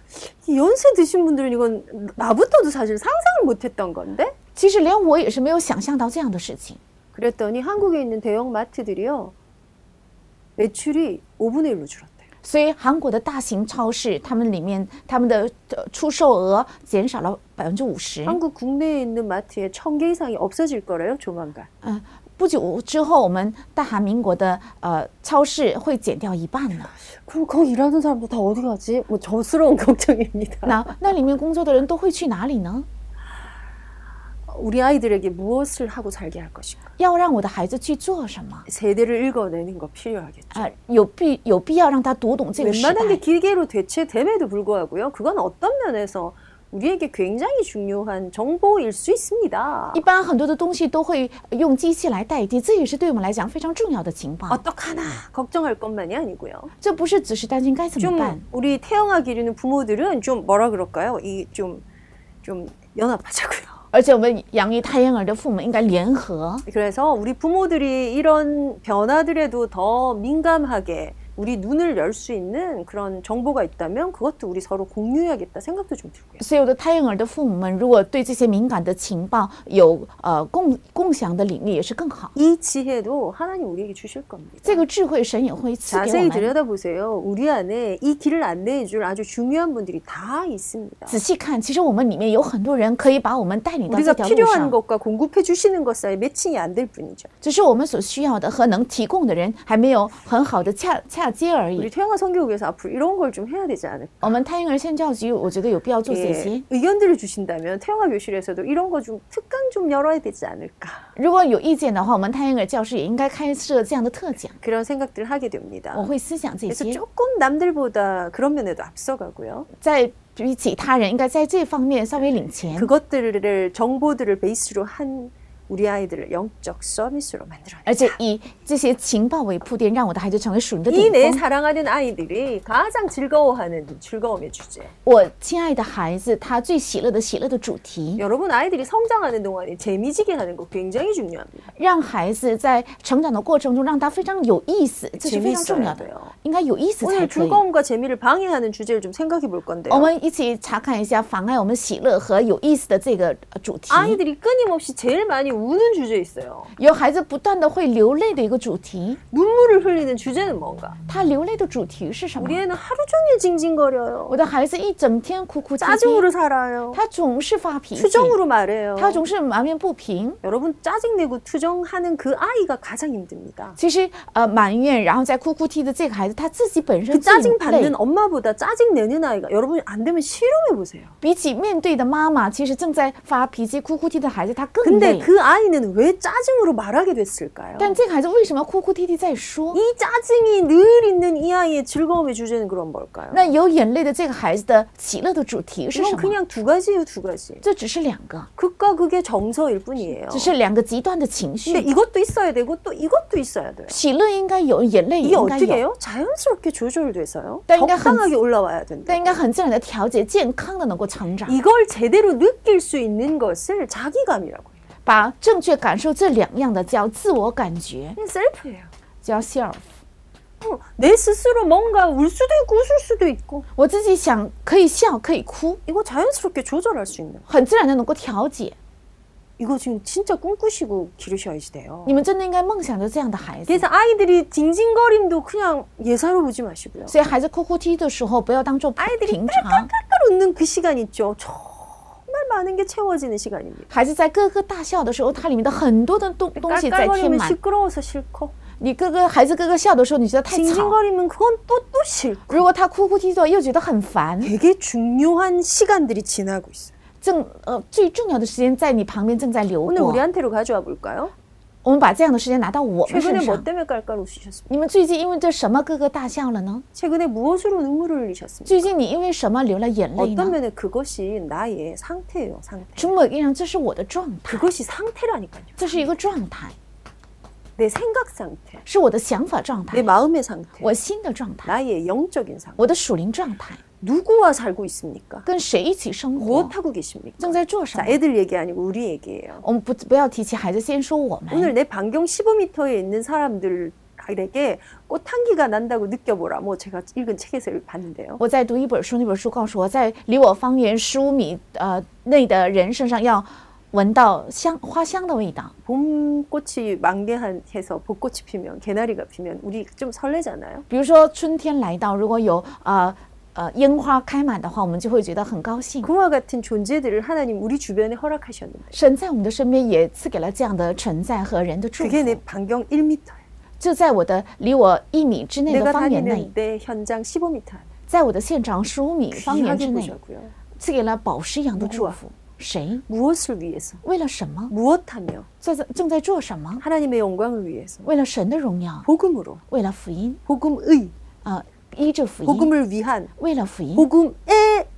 [SPEAKER 1] 이 연세 드신 분들은 이건 나부터도 사실 상상을 못했던 건데
[SPEAKER 2] 其实连我也是没有想象到这样的事情。
[SPEAKER 1] 그랬더니 한국에 있는 대형 마트들이요 매출이 5분의 1로 줄었대요.
[SPEAKER 2] 所以韩国的大型超市，他们里面他们的呃出售额减少了百分之五十。
[SPEAKER 1] 한국 국내에 있는 마트에 1000개 이상이 없어질 거래요 조만간.
[SPEAKER 2] 嗯，不久之后，我们大韩民国的呃超市会减掉一半呢。
[SPEAKER 1] 그럼 거기 일하는 사람들 다 어디 가지? 뭐 저스러운 걱정입니다.
[SPEAKER 2] 那那里面工作的人都会去哪里呢？
[SPEAKER 1] 우리 아이들에게 무엇을 하고 살게 할 것인가?
[SPEAKER 2] 要让我的孩子去做什么？
[SPEAKER 1] 세대를 읽어내는 거 필요하겠죠.
[SPEAKER 2] 啊、有必有必要让他读懂这个时代
[SPEAKER 1] 웬만한 게 기계로 대체됨에도 불구하고요. 그건 어떤 면에서 우리에게 굉장히 중요한 정보일 수 있습니다.
[SPEAKER 2] 一般很多的东西都会用机器来代替，这也是对我们来讲非常重要的情报。
[SPEAKER 1] 어떡하나 걱정할 것만이 아니고요.
[SPEAKER 2] 这不是只是担心该怎么
[SPEAKER 1] 좀
[SPEAKER 2] 办，
[SPEAKER 1] 우리 태영아 기르는 부모들은 좀 뭐라 그럴까요? 이 좀 좀 연합하자고요.
[SPEAKER 2] 而且我们养育太婴儿的父母应该联合，
[SPEAKER 1] 그래서 우리 부모들이 이런 변화들에도 더 민감하게 우리 눈을 열 수 있는 그런 정보가 있다면 그것도 우리 서로 공유해야겠다 생각도 좀 들고요.
[SPEAKER 2] 所有的太婴儿的父母们如果对这些敏感的情报有呃共共享的领域，也是更好。
[SPEAKER 1] 이 지혜도 하나님 우리에게 주실 겁니다.
[SPEAKER 2] 这个智慧神也会赐给我
[SPEAKER 1] 자세히
[SPEAKER 2] 们。
[SPEAKER 1] 들여다보세요. 우리 안에 이 길을 안내해 줄 아주 중요한 분들이 다 있습니다.
[SPEAKER 2] 仔细看，其实我们里面有很多人可以把我们带领到
[SPEAKER 1] 우리가
[SPEAKER 2] 这条路
[SPEAKER 1] 필요한
[SPEAKER 2] 上，
[SPEAKER 1] 것과 공급해 주시는 것 사이 매칭이 안 될 뿐이죠.
[SPEAKER 2] 只是我们所需要的和能提供的人还没有很好的恰恰下街而
[SPEAKER 1] 우리
[SPEAKER 2] 已。
[SPEAKER 1] 태영아 선교국에서 앞으로 이런 걸 좀 해야 되지 않을까?
[SPEAKER 2] 我们太婴儿宣教局，我觉得有必要做这
[SPEAKER 1] 예,
[SPEAKER 2] 些。
[SPEAKER 1] 의견들을 주신다면 태영아 교실에서도 이런 거 좀 특강 좀 열어야 되지 않을까?
[SPEAKER 2] 如果有意见的话，我们太婴儿教室也应该开设这样的特讲。
[SPEAKER 1] 그런 생각들을 하게 됩니다.
[SPEAKER 2] 我会思想这
[SPEAKER 1] 어, 그래서
[SPEAKER 2] 些，
[SPEAKER 1] 조금 남들보다 그런 면에도 앞서가고요.
[SPEAKER 2] 在比起他人，应该在这方面稍微领前。
[SPEAKER 1] 그것들을 정보들을 베이스로 한 우리 아이들을 영적 서비스로 만들어내.
[SPEAKER 2] 而且以这些情报为铺垫，让我的孩子成为属灵的
[SPEAKER 1] 이
[SPEAKER 2] 顶
[SPEAKER 1] 내
[SPEAKER 2] 峰。
[SPEAKER 1] 사랑하는 아이들이 가장 즐거워하는 즐거움의 주제.
[SPEAKER 2] 我亲爱的孩子，他最喜乐的喜乐的主题，
[SPEAKER 1] 여러분 아이들이 성장하는 동안에 재미지게 하는 거 굉장히 중요합니다.
[SPEAKER 2] 让孩子在成长的过程中让他非常有意思，这是非常重要
[SPEAKER 1] 재미있어야
[SPEAKER 2] 的，
[SPEAKER 1] 돼요.
[SPEAKER 2] 应该有意思才
[SPEAKER 1] 오늘
[SPEAKER 2] 可以。
[SPEAKER 1] 즐거움과 재미를 방해하는 주제를 좀 생각해 볼 건데요.
[SPEAKER 2] 我们一起查看一下妨碍我们喜乐和有意思的这个呃主题。
[SPEAKER 1] 아이들이 끊임없이 제일 많이 우는 주제 있어요.
[SPEAKER 2] 有孩子不断的会流泪的一个主题，
[SPEAKER 1] 눈물을 흘리는 주제는 뭔가?
[SPEAKER 2] 他流泪的主题是什么
[SPEAKER 1] 우리 ？ 애는 하루 종일 징징거려요.
[SPEAKER 2] 我的孩子一整天哭哭啼啼，
[SPEAKER 1] 짜증으로 살아요.
[SPEAKER 2] 他总是发脾气，
[SPEAKER 1] 투정으로 말해요.
[SPEAKER 2] 他总是埋怨不平。
[SPEAKER 1] 여러분 짜증내고 투정하는 그 아이가 가장 힘듭니다.
[SPEAKER 2] 其实呃，埋怨然后再哭哭啼的这个孩子，他自己本身
[SPEAKER 1] 그
[SPEAKER 2] 最
[SPEAKER 1] 짜증
[SPEAKER 2] 累
[SPEAKER 1] 받는 ， 엄마보다 짜증 내는 아이가 여러분 안 되면 실험해 보세요.
[SPEAKER 2] 比起面对的妈妈，其实正在发脾气、哭哭啼的孩子，他更
[SPEAKER 1] 근데
[SPEAKER 2] 累。
[SPEAKER 1] 그 아이는 왜 짜증으로 말하게 됐을까요?
[SPEAKER 2] 但这个孩子为什么哭哭啼啼在说？
[SPEAKER 1] 이 짜증이 늘 있는 이 아이의 즐거움의 주제는 그럼 뭘까요?
[SPEAKER 2] 那有眼泪的这个孩子的喜乐的主题是
[SPEAKER 1] 이건
[SPEAKER 2] 什么？
[SPEAKER 1] 그냥 두 가지예요, 두 가지.
[SPEAKER 2] 这只是两个，
[SPEAKER 1] 극과 극의 정서일 뿐이에요.
[SPEAKER 2] 只是两个极端的情
[SPEAKER 1] 근데
[SPEAKER 2] 绪。
[SPEAKER 1] 이것도 있어야 되고 또 이것도 있어야 돼요.
[SPEAKER 2] 喜乐应该有，眼泪也
[SPEAKER 1] 이게
[SPEAKER 2] 应该
[SPEAKER 1] 어떻게
[SPEAKER 2] 有，
[SPEAKER 1] 해요? 자연스럽게 조절돼서요.
[SPEAKER 2] 나 인간
[SPEAKER 1] 적당하게 올라와야 된다.
[SPEAKER 2] 但应该很自然的调节，健康的能够成长，
[SPEAKER 1] 이걸 제대로 느낄 수 있는 것을 자기감이라고 해요.
[SPEAKER 2] 把正确感受这两样的叫自我感觉，
[SPEAKER 1] 그냥 셀프예요.
[SPEAKER 2] 叫 self。
[SPEAKER 1] 어, 내 스스로 뭔가 울 수도 있고 웃을 수도 있고
[SPEAKER 2] 我自己想可以笑，可以哭，
[SPEAKER 1] 이거 자연스럽게 조절할 수 있는
[SPEAKER 2] 很自然的能够调节。
[SPEAKER 1] 이거 지금 진짜 꿈꾸시고 기르셔야지 돼요.
[SPEAKER 2] 你们真的应该梦想着这样的孩子。
[SPEAKER 1] 그래서 아이들이 징징거림도 그냥 예사로 보지 마시고요.
[SPEAKER 2] 所以孩子哭哭啼的时候，不要当做
[SPEAKER 1] 哎对
[SPEAKER 2] 平常。
[SPEAKER 1] 깔깔 웃는 그 시간 있죠. 정말 많은 게 채워지는 시간입니다.
[SPEAKER 2] 孩子在咯咯大笑的时候，它里面的很多的东东西在填
[SPEAKER 1] 깔깔거리면
[SPEAKER 2] 满。
[SPEAKER 1] 시끄러워서 싫고
[SPEAKER 2] 你咯咯孩子咯咯笑的时候，你觉得太吵；
[SPEAKER 1] 징징거리면 그건 또 또 싫고
[SPEAKER 2] 如果他哭哭啼啼，又觉得很烦。
[SPEAKER 1] 되게 중요한 시간들이 지나고 있어요.
[SPEAKER 2] 正呃最重要的时间在你旁边正在流
[SPEAKER 1] 오늘
[SPEAKER 2] 过。
[SPEAKER 1] 우리한테로 가져와 볼까요?
[SPEAKER 2] 我们把这样的时间拿到我们身
[SPEAKER 1] 최근에 뭐
[SPEAKER 2] 上。
[SPEAKER 1] 때문에 깔깔 웃으셨습니까?
[SPEAKER 2] 你们最近因为这什么咯咯大笑了呢？
[SPEAKER 1] 최근에 무엇으로 눈물을 흘리셨습니까?
[SPEAKER 2] 最近你因为什么流了眼泪
[SPEAKER 1] 어떤
[SPEAKER 2] 呢？
[SPEAKER 1] 면에 그것이 나의 상태예요, 상태.
[SPEAKER 2] 从某一个意义上，这是我的状态，
[SPEAKER 1] 그것이 상태라니까요.
[SPEAKER 2] 这是一个状态，
[SPEAKER 1] 내 생각 상태,
[SPEAKER 2] 是我的想法状
[SPEAKER 1] 내
[SPEAKER 2] 态，
[SPEAKER 1] 마음의 상태,
[SPEAKER 2] 我心的状态，
[SPEAKER 1] 나의 영적인 상태.
[SPEAKER 2] 我的属灵状态，
[SPEAKER 1] 누구와 살고 있습니까?
[SPEAKER 2] 跟谁一起生活，
[SPEAKER 1] 무엇하고 계십니까?
[SPEAKER 2] 正在做什
[SPEAKER 1] 자,
[SPEAKER 2] 么。
[SPEAKER 1] 애들 얘기 아니고 우리 얘기예요.
[SPEAKER 2] 我们不不要提起孩子，先说我们。
[SPEAKER 1] 오늘 내 반경 15m에 있는 사람들에게 꽃향기가 난다고 느껴보라. 뭐 제가 읽은 책에서 봤는데요.
[SPEAKER 2] 我在读一本书，那本书告诉我在离我方圆十五米呃内的人身上要闻到香花香的味道。
[SPEAKER 1] 봄 꽃이 만개해서 벚꽃이 피면 개나리가 피면 우리 좀 설레잖아요.
[SPEAKER 2] 比如说春天来到，如果有呃呃樱花开满的话，我们就会觉得很高兴。
[SPEAKER 1] 그와 같은 존재들을 하나님 우리 주변에 허락하셨는데
[SPEAKER 2] 神在我们的身边也赐给了这样的存在和人的祝
[SPEAKER 1] 그게
[SPEAKER 2] 福
[SPEAKER 1] 내 ， 반경 1m예요.
[SPEAKER 2] 就在我的离我一米之内
[SPEAKER 1] 내가
[SPEAKER 2] 的方圆内
[SPEAKER 1] 다니는 ，내 현장 15m 안에
[SPEAKER 2] 在我的现场十五米方圆之
[SPEAKER 1] 귀하게
[SPEAKER 2] 内，
[SPEAKER 1] 보자고요.
[SPEAKER 2] 赐给了宝石一样的祝
[SPEAKER 1] 哇
[SPEAKER 2] 福。谁？
[SPEAKER 1] 무엇을 위해서?
[SPEAKER 2] 为了什么？
[SPEAKER 1] 무엇하며?
[SPEAKER 2] 在正在做什么？
[SPEAKER 1] 하나님의 영광을 위해서.
[SPEAKER 2] 为了神的荣耀，
[SPEAKER 1] 복음으로.
[SPEAKER 2] 为了福音，
[SPEAKER 1] 복음의.
[SPEAKER 2] 啊，依着福音，
[SPEAKER 1] 복음을 위한.
[SPEAKER 2] 为了福音，
[SPEAKER 1] 복음에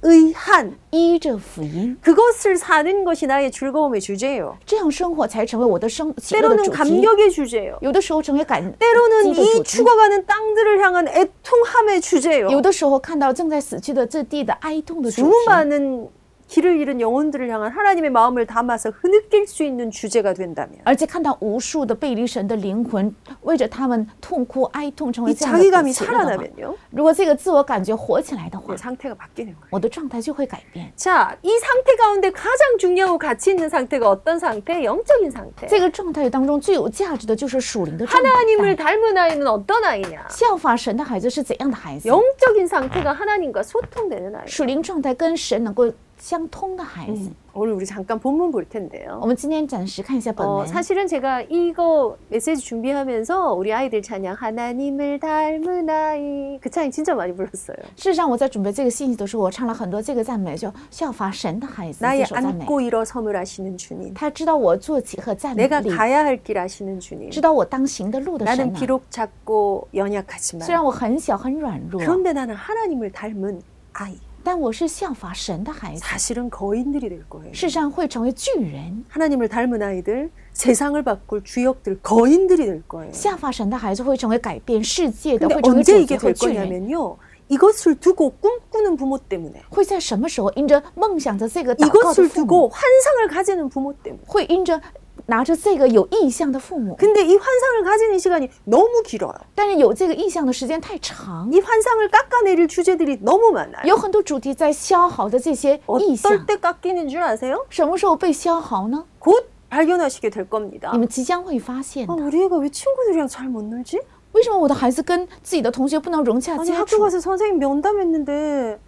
[SPEAKER 1] 의한.
[SPEAKER 2] 依着福音，
[SPEAKER 1] 그것을 사는 것이 나의 즐거움의 주제예요.
[SPEAKER 2] 这样生活才成为我的生喜乐的
[SPEAKER 1] 때로는
[SPEAKER 2] 主题。
[SPEAKER 1] 감격의 주제예요.
[SPEAKER 2] 有的时候成为感激
[SPEAKER 1] 때로는
[SPEAKER 2] 的主
[SPEAKER 1] 이
[SPEAKER 2] 题，
[SPEAKER 1] 죽어가는 땅들을 향한 애통함의 주제예요.
[SPEAKER 2] 有的时候看到正在死去的这地的哀痛的主题。
[SPEAKER 1] 수많은 길을 잃은 영혼들을 향한 하나님의 마음을 담아서 흐느낄 수 있는 주제가 된다면
[SPEAKER 2] 而且看到无数的背离神的灵魂，为着他们痛哭哀痛，成为
[SPEAKER 1] 이
[SPEAKER 2] 这样的
[SPEAKER 1] 자기감이
[SPEAKER 2] 喜乐的话，
[SPEAKER 1] 살아나면요
[SPEAKER 2] 如果这个自我感觉活起来的话
[SPEAKER 1] 네, ， 상태가 바뀌는 거예요.
[SPEAKER 2] 我的状态就会改变。
[SPEAKER 1] 자, 이 상태 가운데 가장 중요하고 가치 있는 상태가 어떤 상태? 영적인 상태.
[SPEAKER 2] 这个状态当中最有价值的就是属灵的状态
[SPEAKER 1] 하나님을 。 닮은 아이는 어떤 아이냐?
[SPEAKER 2] 效法神的孩子是怎样的孩子？
[SPEAKER 1] 영적인 상태가 하나님과 소통되는 아이.
[SPEAKER 2] 属灵状态跟神能够相通的孩子。
[SPEAKER 1] 오늘 우리 잠깐 본문 볼 텐데요.
[SPEAKER 2] 我们今天暂时看一下本
[SPEAKER 1] 어,
[SPEAKER 2] 文。
[SPEAKER 1] 사실은 제가 이거 메시지 준비하면서 우리 아이들 찬양 하나님을 닮은 아이 그 찬양 진짜 많이 불렀어요.
[SPEAKER 2] 事实上，我在准备这个信息的时候，我唱了很多这个赞美，就效法神的孩子这
[SPEAKER 1] 나의
[SPEAKER 2] 首赞美。
[SPEAKER 1] 안고 일어섬을 아시는 주님,
[SPEAKER 2] 他知道我坐起和站
[SPEAKER 1] 내가
[SPEAKER 2] 立，
[SPEAKER 1] 가야 할 길 아시는 음. 주님,
[SPEAKER 2] 知道我当行的路的
[SPEAKER 1] 나는
[SPEAKER 2] 神啊。
[SPEAKER 1] 비록 작고
[SPEAKER 2] 虽
[SPEAKER 1] 연약하지만
[SPEAKER 2] 然我很小很软弱，
[SPEAKER 1] 그런데 나는 하나님을 닮은 아이.
[SPEAKER 2] 但我是效法神的孩子。
[SPEAKER 1] 사실은 거인들이 될 거예요.
[SPEAKER 2] 世上会成为巨人，
[SPEAKER 1] 하나님을 닮은 아이들, 세상을 바꿀 주역들, 거인들이 될 거예요.
[SPEAKER 2] 效法神的孩子会成为改变世界的，
[SPEAKER 1] 근데
[SPEAKER 2] 会成为
[SPEAKER 1] 언제
[SPEAKER 2] 主
[SPEAKER 1] 이게
[SPEAKER 2] 角和
[SPEAKER 1] 될
[SPEAKER 2] 巨人。
[SPEAKER 1] 거냐면요. 이것을 두고 꿈꾸는 부모 때문에,
[SPEAKER 2] 会在什么时候因着梦想着这个祷告的
[SPEAKER 1] 이것을
[SPEAKER 2] 父母，
[SPEAKER 1] 두고 환상을 가지는 부모 때문에.
[SPEAKER 2] 会因着拿着这个有意向的父母，
[SPEAKER 1] 근데 이 환상을 가지는 시간이 너무 길어요.
[SPEAKER 2] 但是有这个意向的时间太长，
[SPEAKER 1] 이 환상을 깎아내릴 주제들이 너무 많아요.
[SPEAKER 2] 有很多主题在消耗的这些意
[SPEAKER 1] 어떨
[SPEAKER 2] 向，
[SPEAKER 1] 때 깎이는 줄 아세요?
[SPEAKER 2] 什么时候被消耗呢？
[SPEAKER 1] 곧 발견하시게 될 겁니다.
[SPEAKER 2] 你们即将会发现
[SPEAKER 1] 아,
[SPEAKER 2] 的。
[SPEAKER 1] 우리 애가 왜 친구들이랑 잘 못 놀지?
[SPEAKER 2] 为什么我的孩子跟自己的同学不能融洽
[SPEAKER 1] 아니
[SPEAKER 2] 接
[SPEAKER 1] 학교
[SPEAKER 2] 触？
[SPEAKER 1] 가서 선생님 면담했는데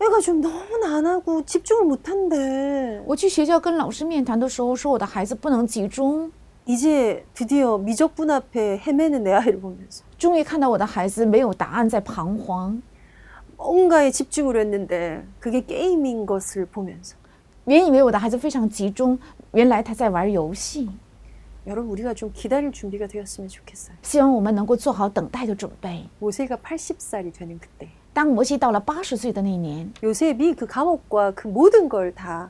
[SPEAKER 1] 애가 좀 너무 안 하고 집중을 못 한대.
[SPEAKER 2] 我去学校跟老师面谈的时候，说我的孩子不能集中，
[SPEAKER 1] 이제 드디어 미적분 앞에 헤매는 내 아이를 보면서
[SPEAKER 2] 终于看到我的孩子没有答案在彷徨。
[SPEAKER 1] 뭔가에 집중을 했는데 그게 게임인 것을 보면서
[SPEAKER 2] 原以为我的孩子非常集中，原来他在玩游戏。
[SPEAKER 1] 여러분 우리가 좀 기다릴 준비가 되었으면 좋겠어요.
[SPEAKER 2] 希望我们能够做好等待的准备。
[SPEAKER 1] 모세가 80살이 되는 그때
[SPEAKER 2] 当摩西到了八十岁的那年，
[SPEAKER 1] 요셉이 그 감옥과 그 모든 걸 다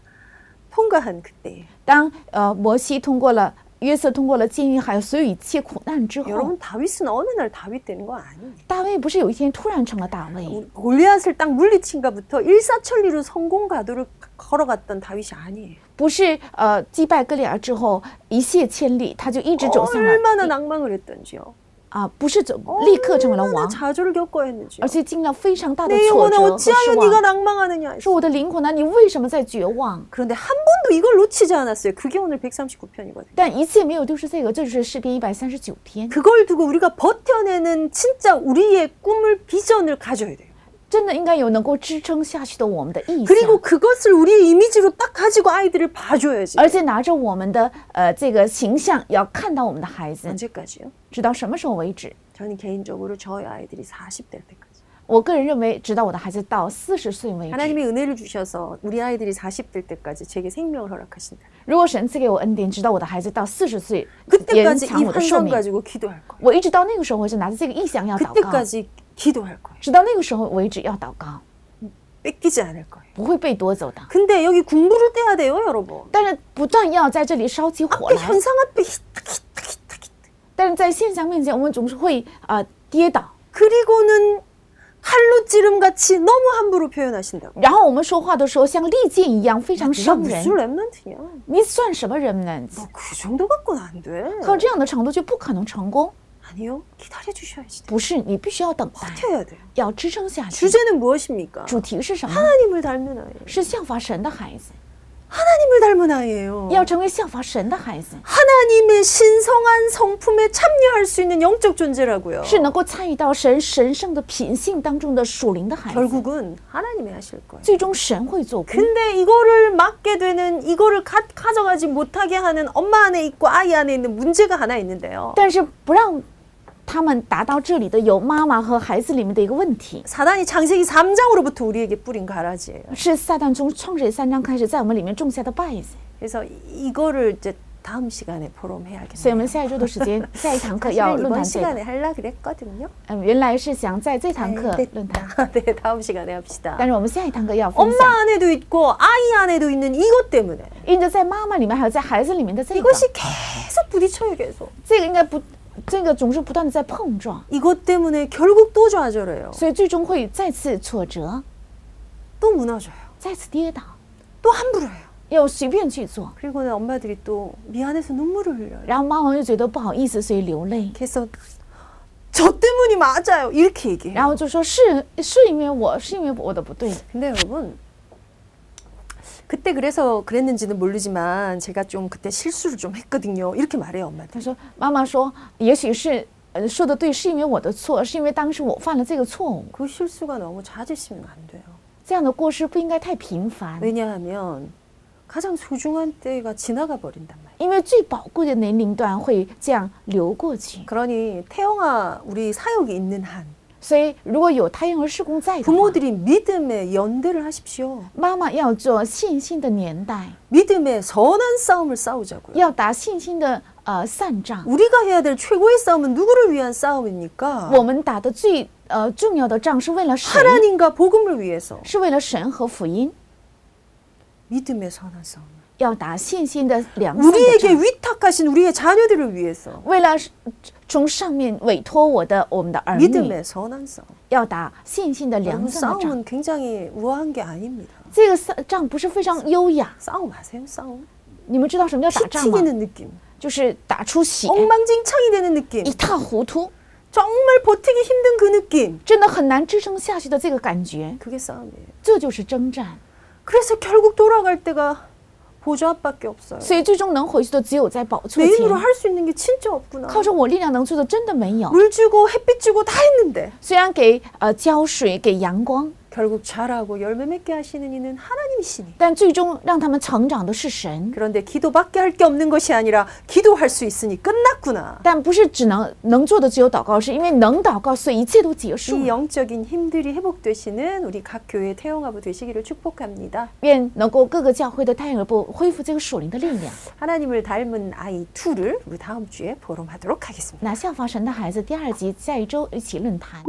[SPEAKER 1] 통과한 그때
[SPEAKER 2] 当呃摩西通过了约瑟通过了监狱，还有所有一切苦难之后，
[SPEAKER 1] 여러분 다윗은 어느 날 다윗 되는 거 아니에요.
[SPEAKER 2] 大卫不是有一天突然成了大卫？
[SPEAKER 1] 우리 골리앗을 딱 물리친가부터 일사천리로 성공 가도를 걸어갔던 다윗이 아니에요.
[SPEAKER 2] 不是呃击败哥利亚之后一泻千里，他就一直走向了
[SPEAKER 1] 얼마나 낭망을 했던지요.
[SPEAKER 2] 啊、不是走立刻成为了
[SPEAKER 1] 얼마나
[SPEAKER 2] 王，
[SPEAKER 1] 좌절을 겪어야 했는지요.
[SPEAKER 2] 而且经历了非常哎大的
[SPEAKER 1] 내
[SPEAKER 2] 挫
[SPEAKER 1] 영혼아
[SPEAKER 2] 折和失
[SPEAKER 1] 어찌하여 네가
[SPEAKER 2] 望。
[SPEAKER 1] 낭망하느냐.
[SPEAKER 2] 说我的灵魂呢，你为什么在绝望？
[SPEAKER 1] 그런데 한 번도 이걸 놓치지 않았어요. 그게 오늘 139편이거든요.
[SPEAKER 2] 但一切没有丢失这个，这就是诗篇一百三十九篇。
[SPEAKER 1] 그걸 두고 우리가 버텨내는 진짜 우리의 꿈을 비전을 가져야 돼요.
[SPEAKER 2] 真的应该有能够支撑下去的我们的意向，
[SPEAKER 1] 그리고 그것을 우리의 이미지로 딱 가지고 아이들을 봐줘야지.
[SPEAKER 2] 而且拿着我们的呃这个形象，要看到我们的
[SPEAKER 1] 네.
[SPEAKER 2] 孩子，
[SPEAKER 1] 언제까지요?
[SPEAKER 2] 直到什么时候为止？
[SPEAKER 1] 저는 개인적으로 저희 아이들이 40 될 때까지.
[SPEAKER 2] 我个人认为，直到我的孩子到四十岁为止。
[SPEAKER 1] 하나님이 은혜를 주셔서 우리 아이들이 40 될 때까지 제게 생명을 허락하신다.
[SPEAKER 2] 如果神赐给我恩典，直到我的孩子到四十岁，延
[SPEAKER 1] 그때까지
[SPEAKER 2] 长
[SPEAKER 1] 이
[SPEAKER 2] 我的寿
[SPEAKER 1] 환상
[SPEAKER 2] 命，
[SPEAKER 1] 가지고 기도할 거예요.
[SPEAKER 2] 我一直到那个时候，我就拿着这个意向要祷告，
[SPEAKER 1] 그때까지 기도할 거예요.
[SPEAKER 2] 直到那个时候为止要祷告，
[SPEAKER 1] 뺏기지 않을 거예요.
[SPEAKER 2] 不会被夺走的。
[SPEAKER 1] 근데 여기 군부를 떼야 돼요, 여러분.
[SPEAKER 2] 但是不断要在这里烧起火
[SPEAKER 1] 그
[SPEAKER 2] 来，
[SPEAKER 1] 현상 앞에 히딱 히딱 히딱 히딱.
[SPEAKER 2] 但是在现象面前，我们总是会啊、呃跌倒，
[SPEAKER 1] 그리고는 칼로 찌름 같이 너무 함부로 표현하신다고.
[SPEAKER 2] 然后我们说话的时候像利剑一样，非常
[SPEAKER 1] 네가
[SPEAKER 2] 伤人
[SPEAKER 1] 무슨 。 랩런트냐?
[SPEAKER 2] 你算什么人呢？
[SPEAKER 1] 그 정도 갖고는 안 돼.
[SPEAKER 2] 靠这样的程度就不可能成功。
[SPEAKER 1] 아니요, 기다려 주셔야지.
[SPEAKER 2] 不是，你必须要等待，
[SPEAKER 1] 버텨야 돼요.
[SPEAKER 2] 要支撑下去。
[SPEAKER 1] 주제는 무엇입니까?
[SPEAKER 2] 主题是什么？
[SPEAKER 1] 하나님을 닮은 아이예요.
[SPEAKER 2] 是效法神的孩子，
[SPEAKER 1] 하나님을 닮은 아이예요.
[SPEAKER 2] 要成为效法神的孩子，
[SPEAKER 1] 하나님의 신성한 성품에 참여할 수 있는 영적 존재라고요.
[SPEAKER 2] 是能够参与到神神圣的品性当中的属灵的孩子。
[SPEAKER 1] 결국은 하나님이 하실 거예요.
[SPEAKER 2] 最终神会做工，
[SPEAKER 1] 근데 이거를 막게 되는 이거를 가, 가져가지 못하게 하는 엄마 안에 있고 아이 안에 있는 문제가 하나 있는데요.
[SPEAKER 2] 但是不让他们达到这里的有妈妈和孩子里面的一个问题，
[SPEAKER 1] 사단이 창세기 3장으로부터 우리에게 뿌린 가라지예요.
[SPEAKER 2] 是撒旦从创世三章开始在我们里面种下的败子。
[SPEAKER 1] 그래서 이거를 이제 다음 시간에 포럼해야겠네요.
[SPEAKER 2] 所以我们下一周的时间，下一堂课要
[SPEAKER 1] 사실은
[SPEAKER 2] 论
[SPEAKER 1] 이번
[SPEAKER 2] 坛 这个。
[SPEAKER 1] 시간에 하려 그랬거든요.
[SPEAKER 2] 嗯，原来是想在这堂课论坛，
[SPEAKER 1] 됐다. 네, 다음 시간에 합시다.
[SPEAKER 2] 但是我们下一堂课要分享。
[SPEAKER 1] 엄마 안에도 있고 아이 안에도 있는 이것 때문에
[SPEAKER 2] 因着在妈妈里面，还有在孩子里面的这个，
[SPEAKER 1] 이것이 계속 부딪혀요 계속
[SPEAKER 2] 这个应该不，这个总是不断的在碰撞，
[SPEAKER 1] 이것 때문에 결국 또 좌절해요
[SPEAKER 2] 所以最终会再次挫折，
[SPEAKER 1] 또 무너져요
[SPEAKER 2] 再次跌倒，
[SPEAKER 1] 또 함부로 해요
[SPEAKER 2] 又随便去做，
[SPEAKER 1] 그리고는 엄마들이 또 미안해서 눈물을 흘려요
[SPEAKER 2] 然后妈妈又觉得不好意思，所以流泪，
[SPEAKER 1] 그래서 저 때문이 맞아요 이렇게 얘기해요
[SPEAKER 2] 然后就说是是因为我是因为我的不对，
[SPEAKER 1] 근데 여러분 그때 그래서 그랬는지는 모르지만 제가 좀 그때 실수를 좀 했거든요 이렇게 말해요 엄마들
[SPEAKER 2] 他说妈妈说也许是呃说的对，是因为我的错，是因为当时我犯了这个错误，
[SPEAKER 1] 그 실수가 너무 잦으시면 안 돼요
[SPEAKER 2] 这样的过失不应该太频繁，
[SPEAKER 1] 왜냐하면 가장 소중한 때가 지나가 버린단 말이에요.
[SPEAKER 2] 因为最宝贵的年龄段会这样流过去。
[SPEAKER 1] 그러니 태영아 우리 사역이 있는 한
[SPEAKER 2] 所以，如果有胎婴儿施工在的话，
[SPEAKER 1] 부모들이 믿음의 연대를 하십시오.
[SPEAKER 2] 妈妈要做信心的年代，
[SPEAKER 1] 믿음의 선한 싸움을 싸우자고요.
[SPEAKER 2] 要打信心的呃善仗。
[SPEAKER 1] 우리가 해야 될 최고의 싸움은 누구를 위한 싸움입니까?
[SPEAKER 2] 我们打的最呃重要的仗是为了神，
[SPEAKER 1] 하나님과 복음을 위해서
[SPEAKER 2] 是为了神和福音，
[SPEAKER 1] 믿음의 선한 싸움.
[SPEAKER 2] 要打信心的良善的
[SPEAKER 1] 우리에게
[SPEAKER 2] 仗，
[SPEAKER 1] 위탁하신 우리의 자녀들을 위해서
[SPEAKER 2] 为了呃从上面委托我的我们的儿女，
[SPEAKER 1] 믿음의 선한 싸움.
[SPEAKER 2] 要打信心的
[SPEAKER 1] 여러분
[SPEAKER 2] 良善的仗。
[SPEAKER 1] 싸움은 굉장히 우아한 게 아닙니다.
[SPEAKER 2] 这个丧仗不是非常优雅，
[SPEAKER 1] 싸움 아세요? 싸움.
[SPEAKER 2] 你们知道什么叫
[SPEAKER 1] 피
[SPEAKER 2] 打仗吗？
[SPEAKER 1] 튀기는 느낌.
[SPEAKER 2] 就是打出血，
[SPEAKER 1] 예. Oh 엉망진창이 되는 느낌.
[SPEAKER 2] 一塌糊涂，
[SPEAKER 1] 정말 버티기 힘든 그 느낌.
[SPEAKER 2] 真的很难支撑下去的这个感觉，
[SPEAKER 1] 그게 싸움이에요.
[SPEAKER 2] 这就是征战。
[SPEAKER 1] 그래서 결국 돌아갈 때가 보좌 앞밖에 없어요.
[SPEAKER 2] 所以最终能回去的只有在宝座
[SPEAKER 1] 내 힘으로
[SPEAKER 2] 前，
[SPEAKER 1] 할 수 있는 게 진짜 없구나.
[SPEAKER 2] 靠着我力量能做的真的没有。
[SPEAKER 1] 물 주고 햇빛 주고 다 했는데
[SPEAKER 2] 虽然给呃浇水给阳光，
[SPEAKER 1] 결국 자라고 열매 맺게 하시는 이는 하나님이시니.
[SPEAKER 2] 但最终让他们成长的是神，
[SPEAKER 1] 그런데 기도밖에 할 게 없는 것이 아니라 기도할 수 있으니 끝났구나.
[SPEAKER 2] 但不是只能能做的只有祷告，是因为能祷告，所以一切都结束
[SPEAKER 1] 이
[SPEAKER 2] 了。
[SPEAKER 1] 영적인 힘들이 회복되시는 우리 각 교회 태영아부 되시기를 축복합니다.
[SPEAKER 2] 愿能够各个教会的胎儿部恢复这个属灵的力量，
[SPEAKER 1] 하나님을 닮은 아이 2를 우리 다음 주에 보름하도록 하겠습니다.
[SPEAKER 2] 那效法神的孩子第二集下一周一起论坛。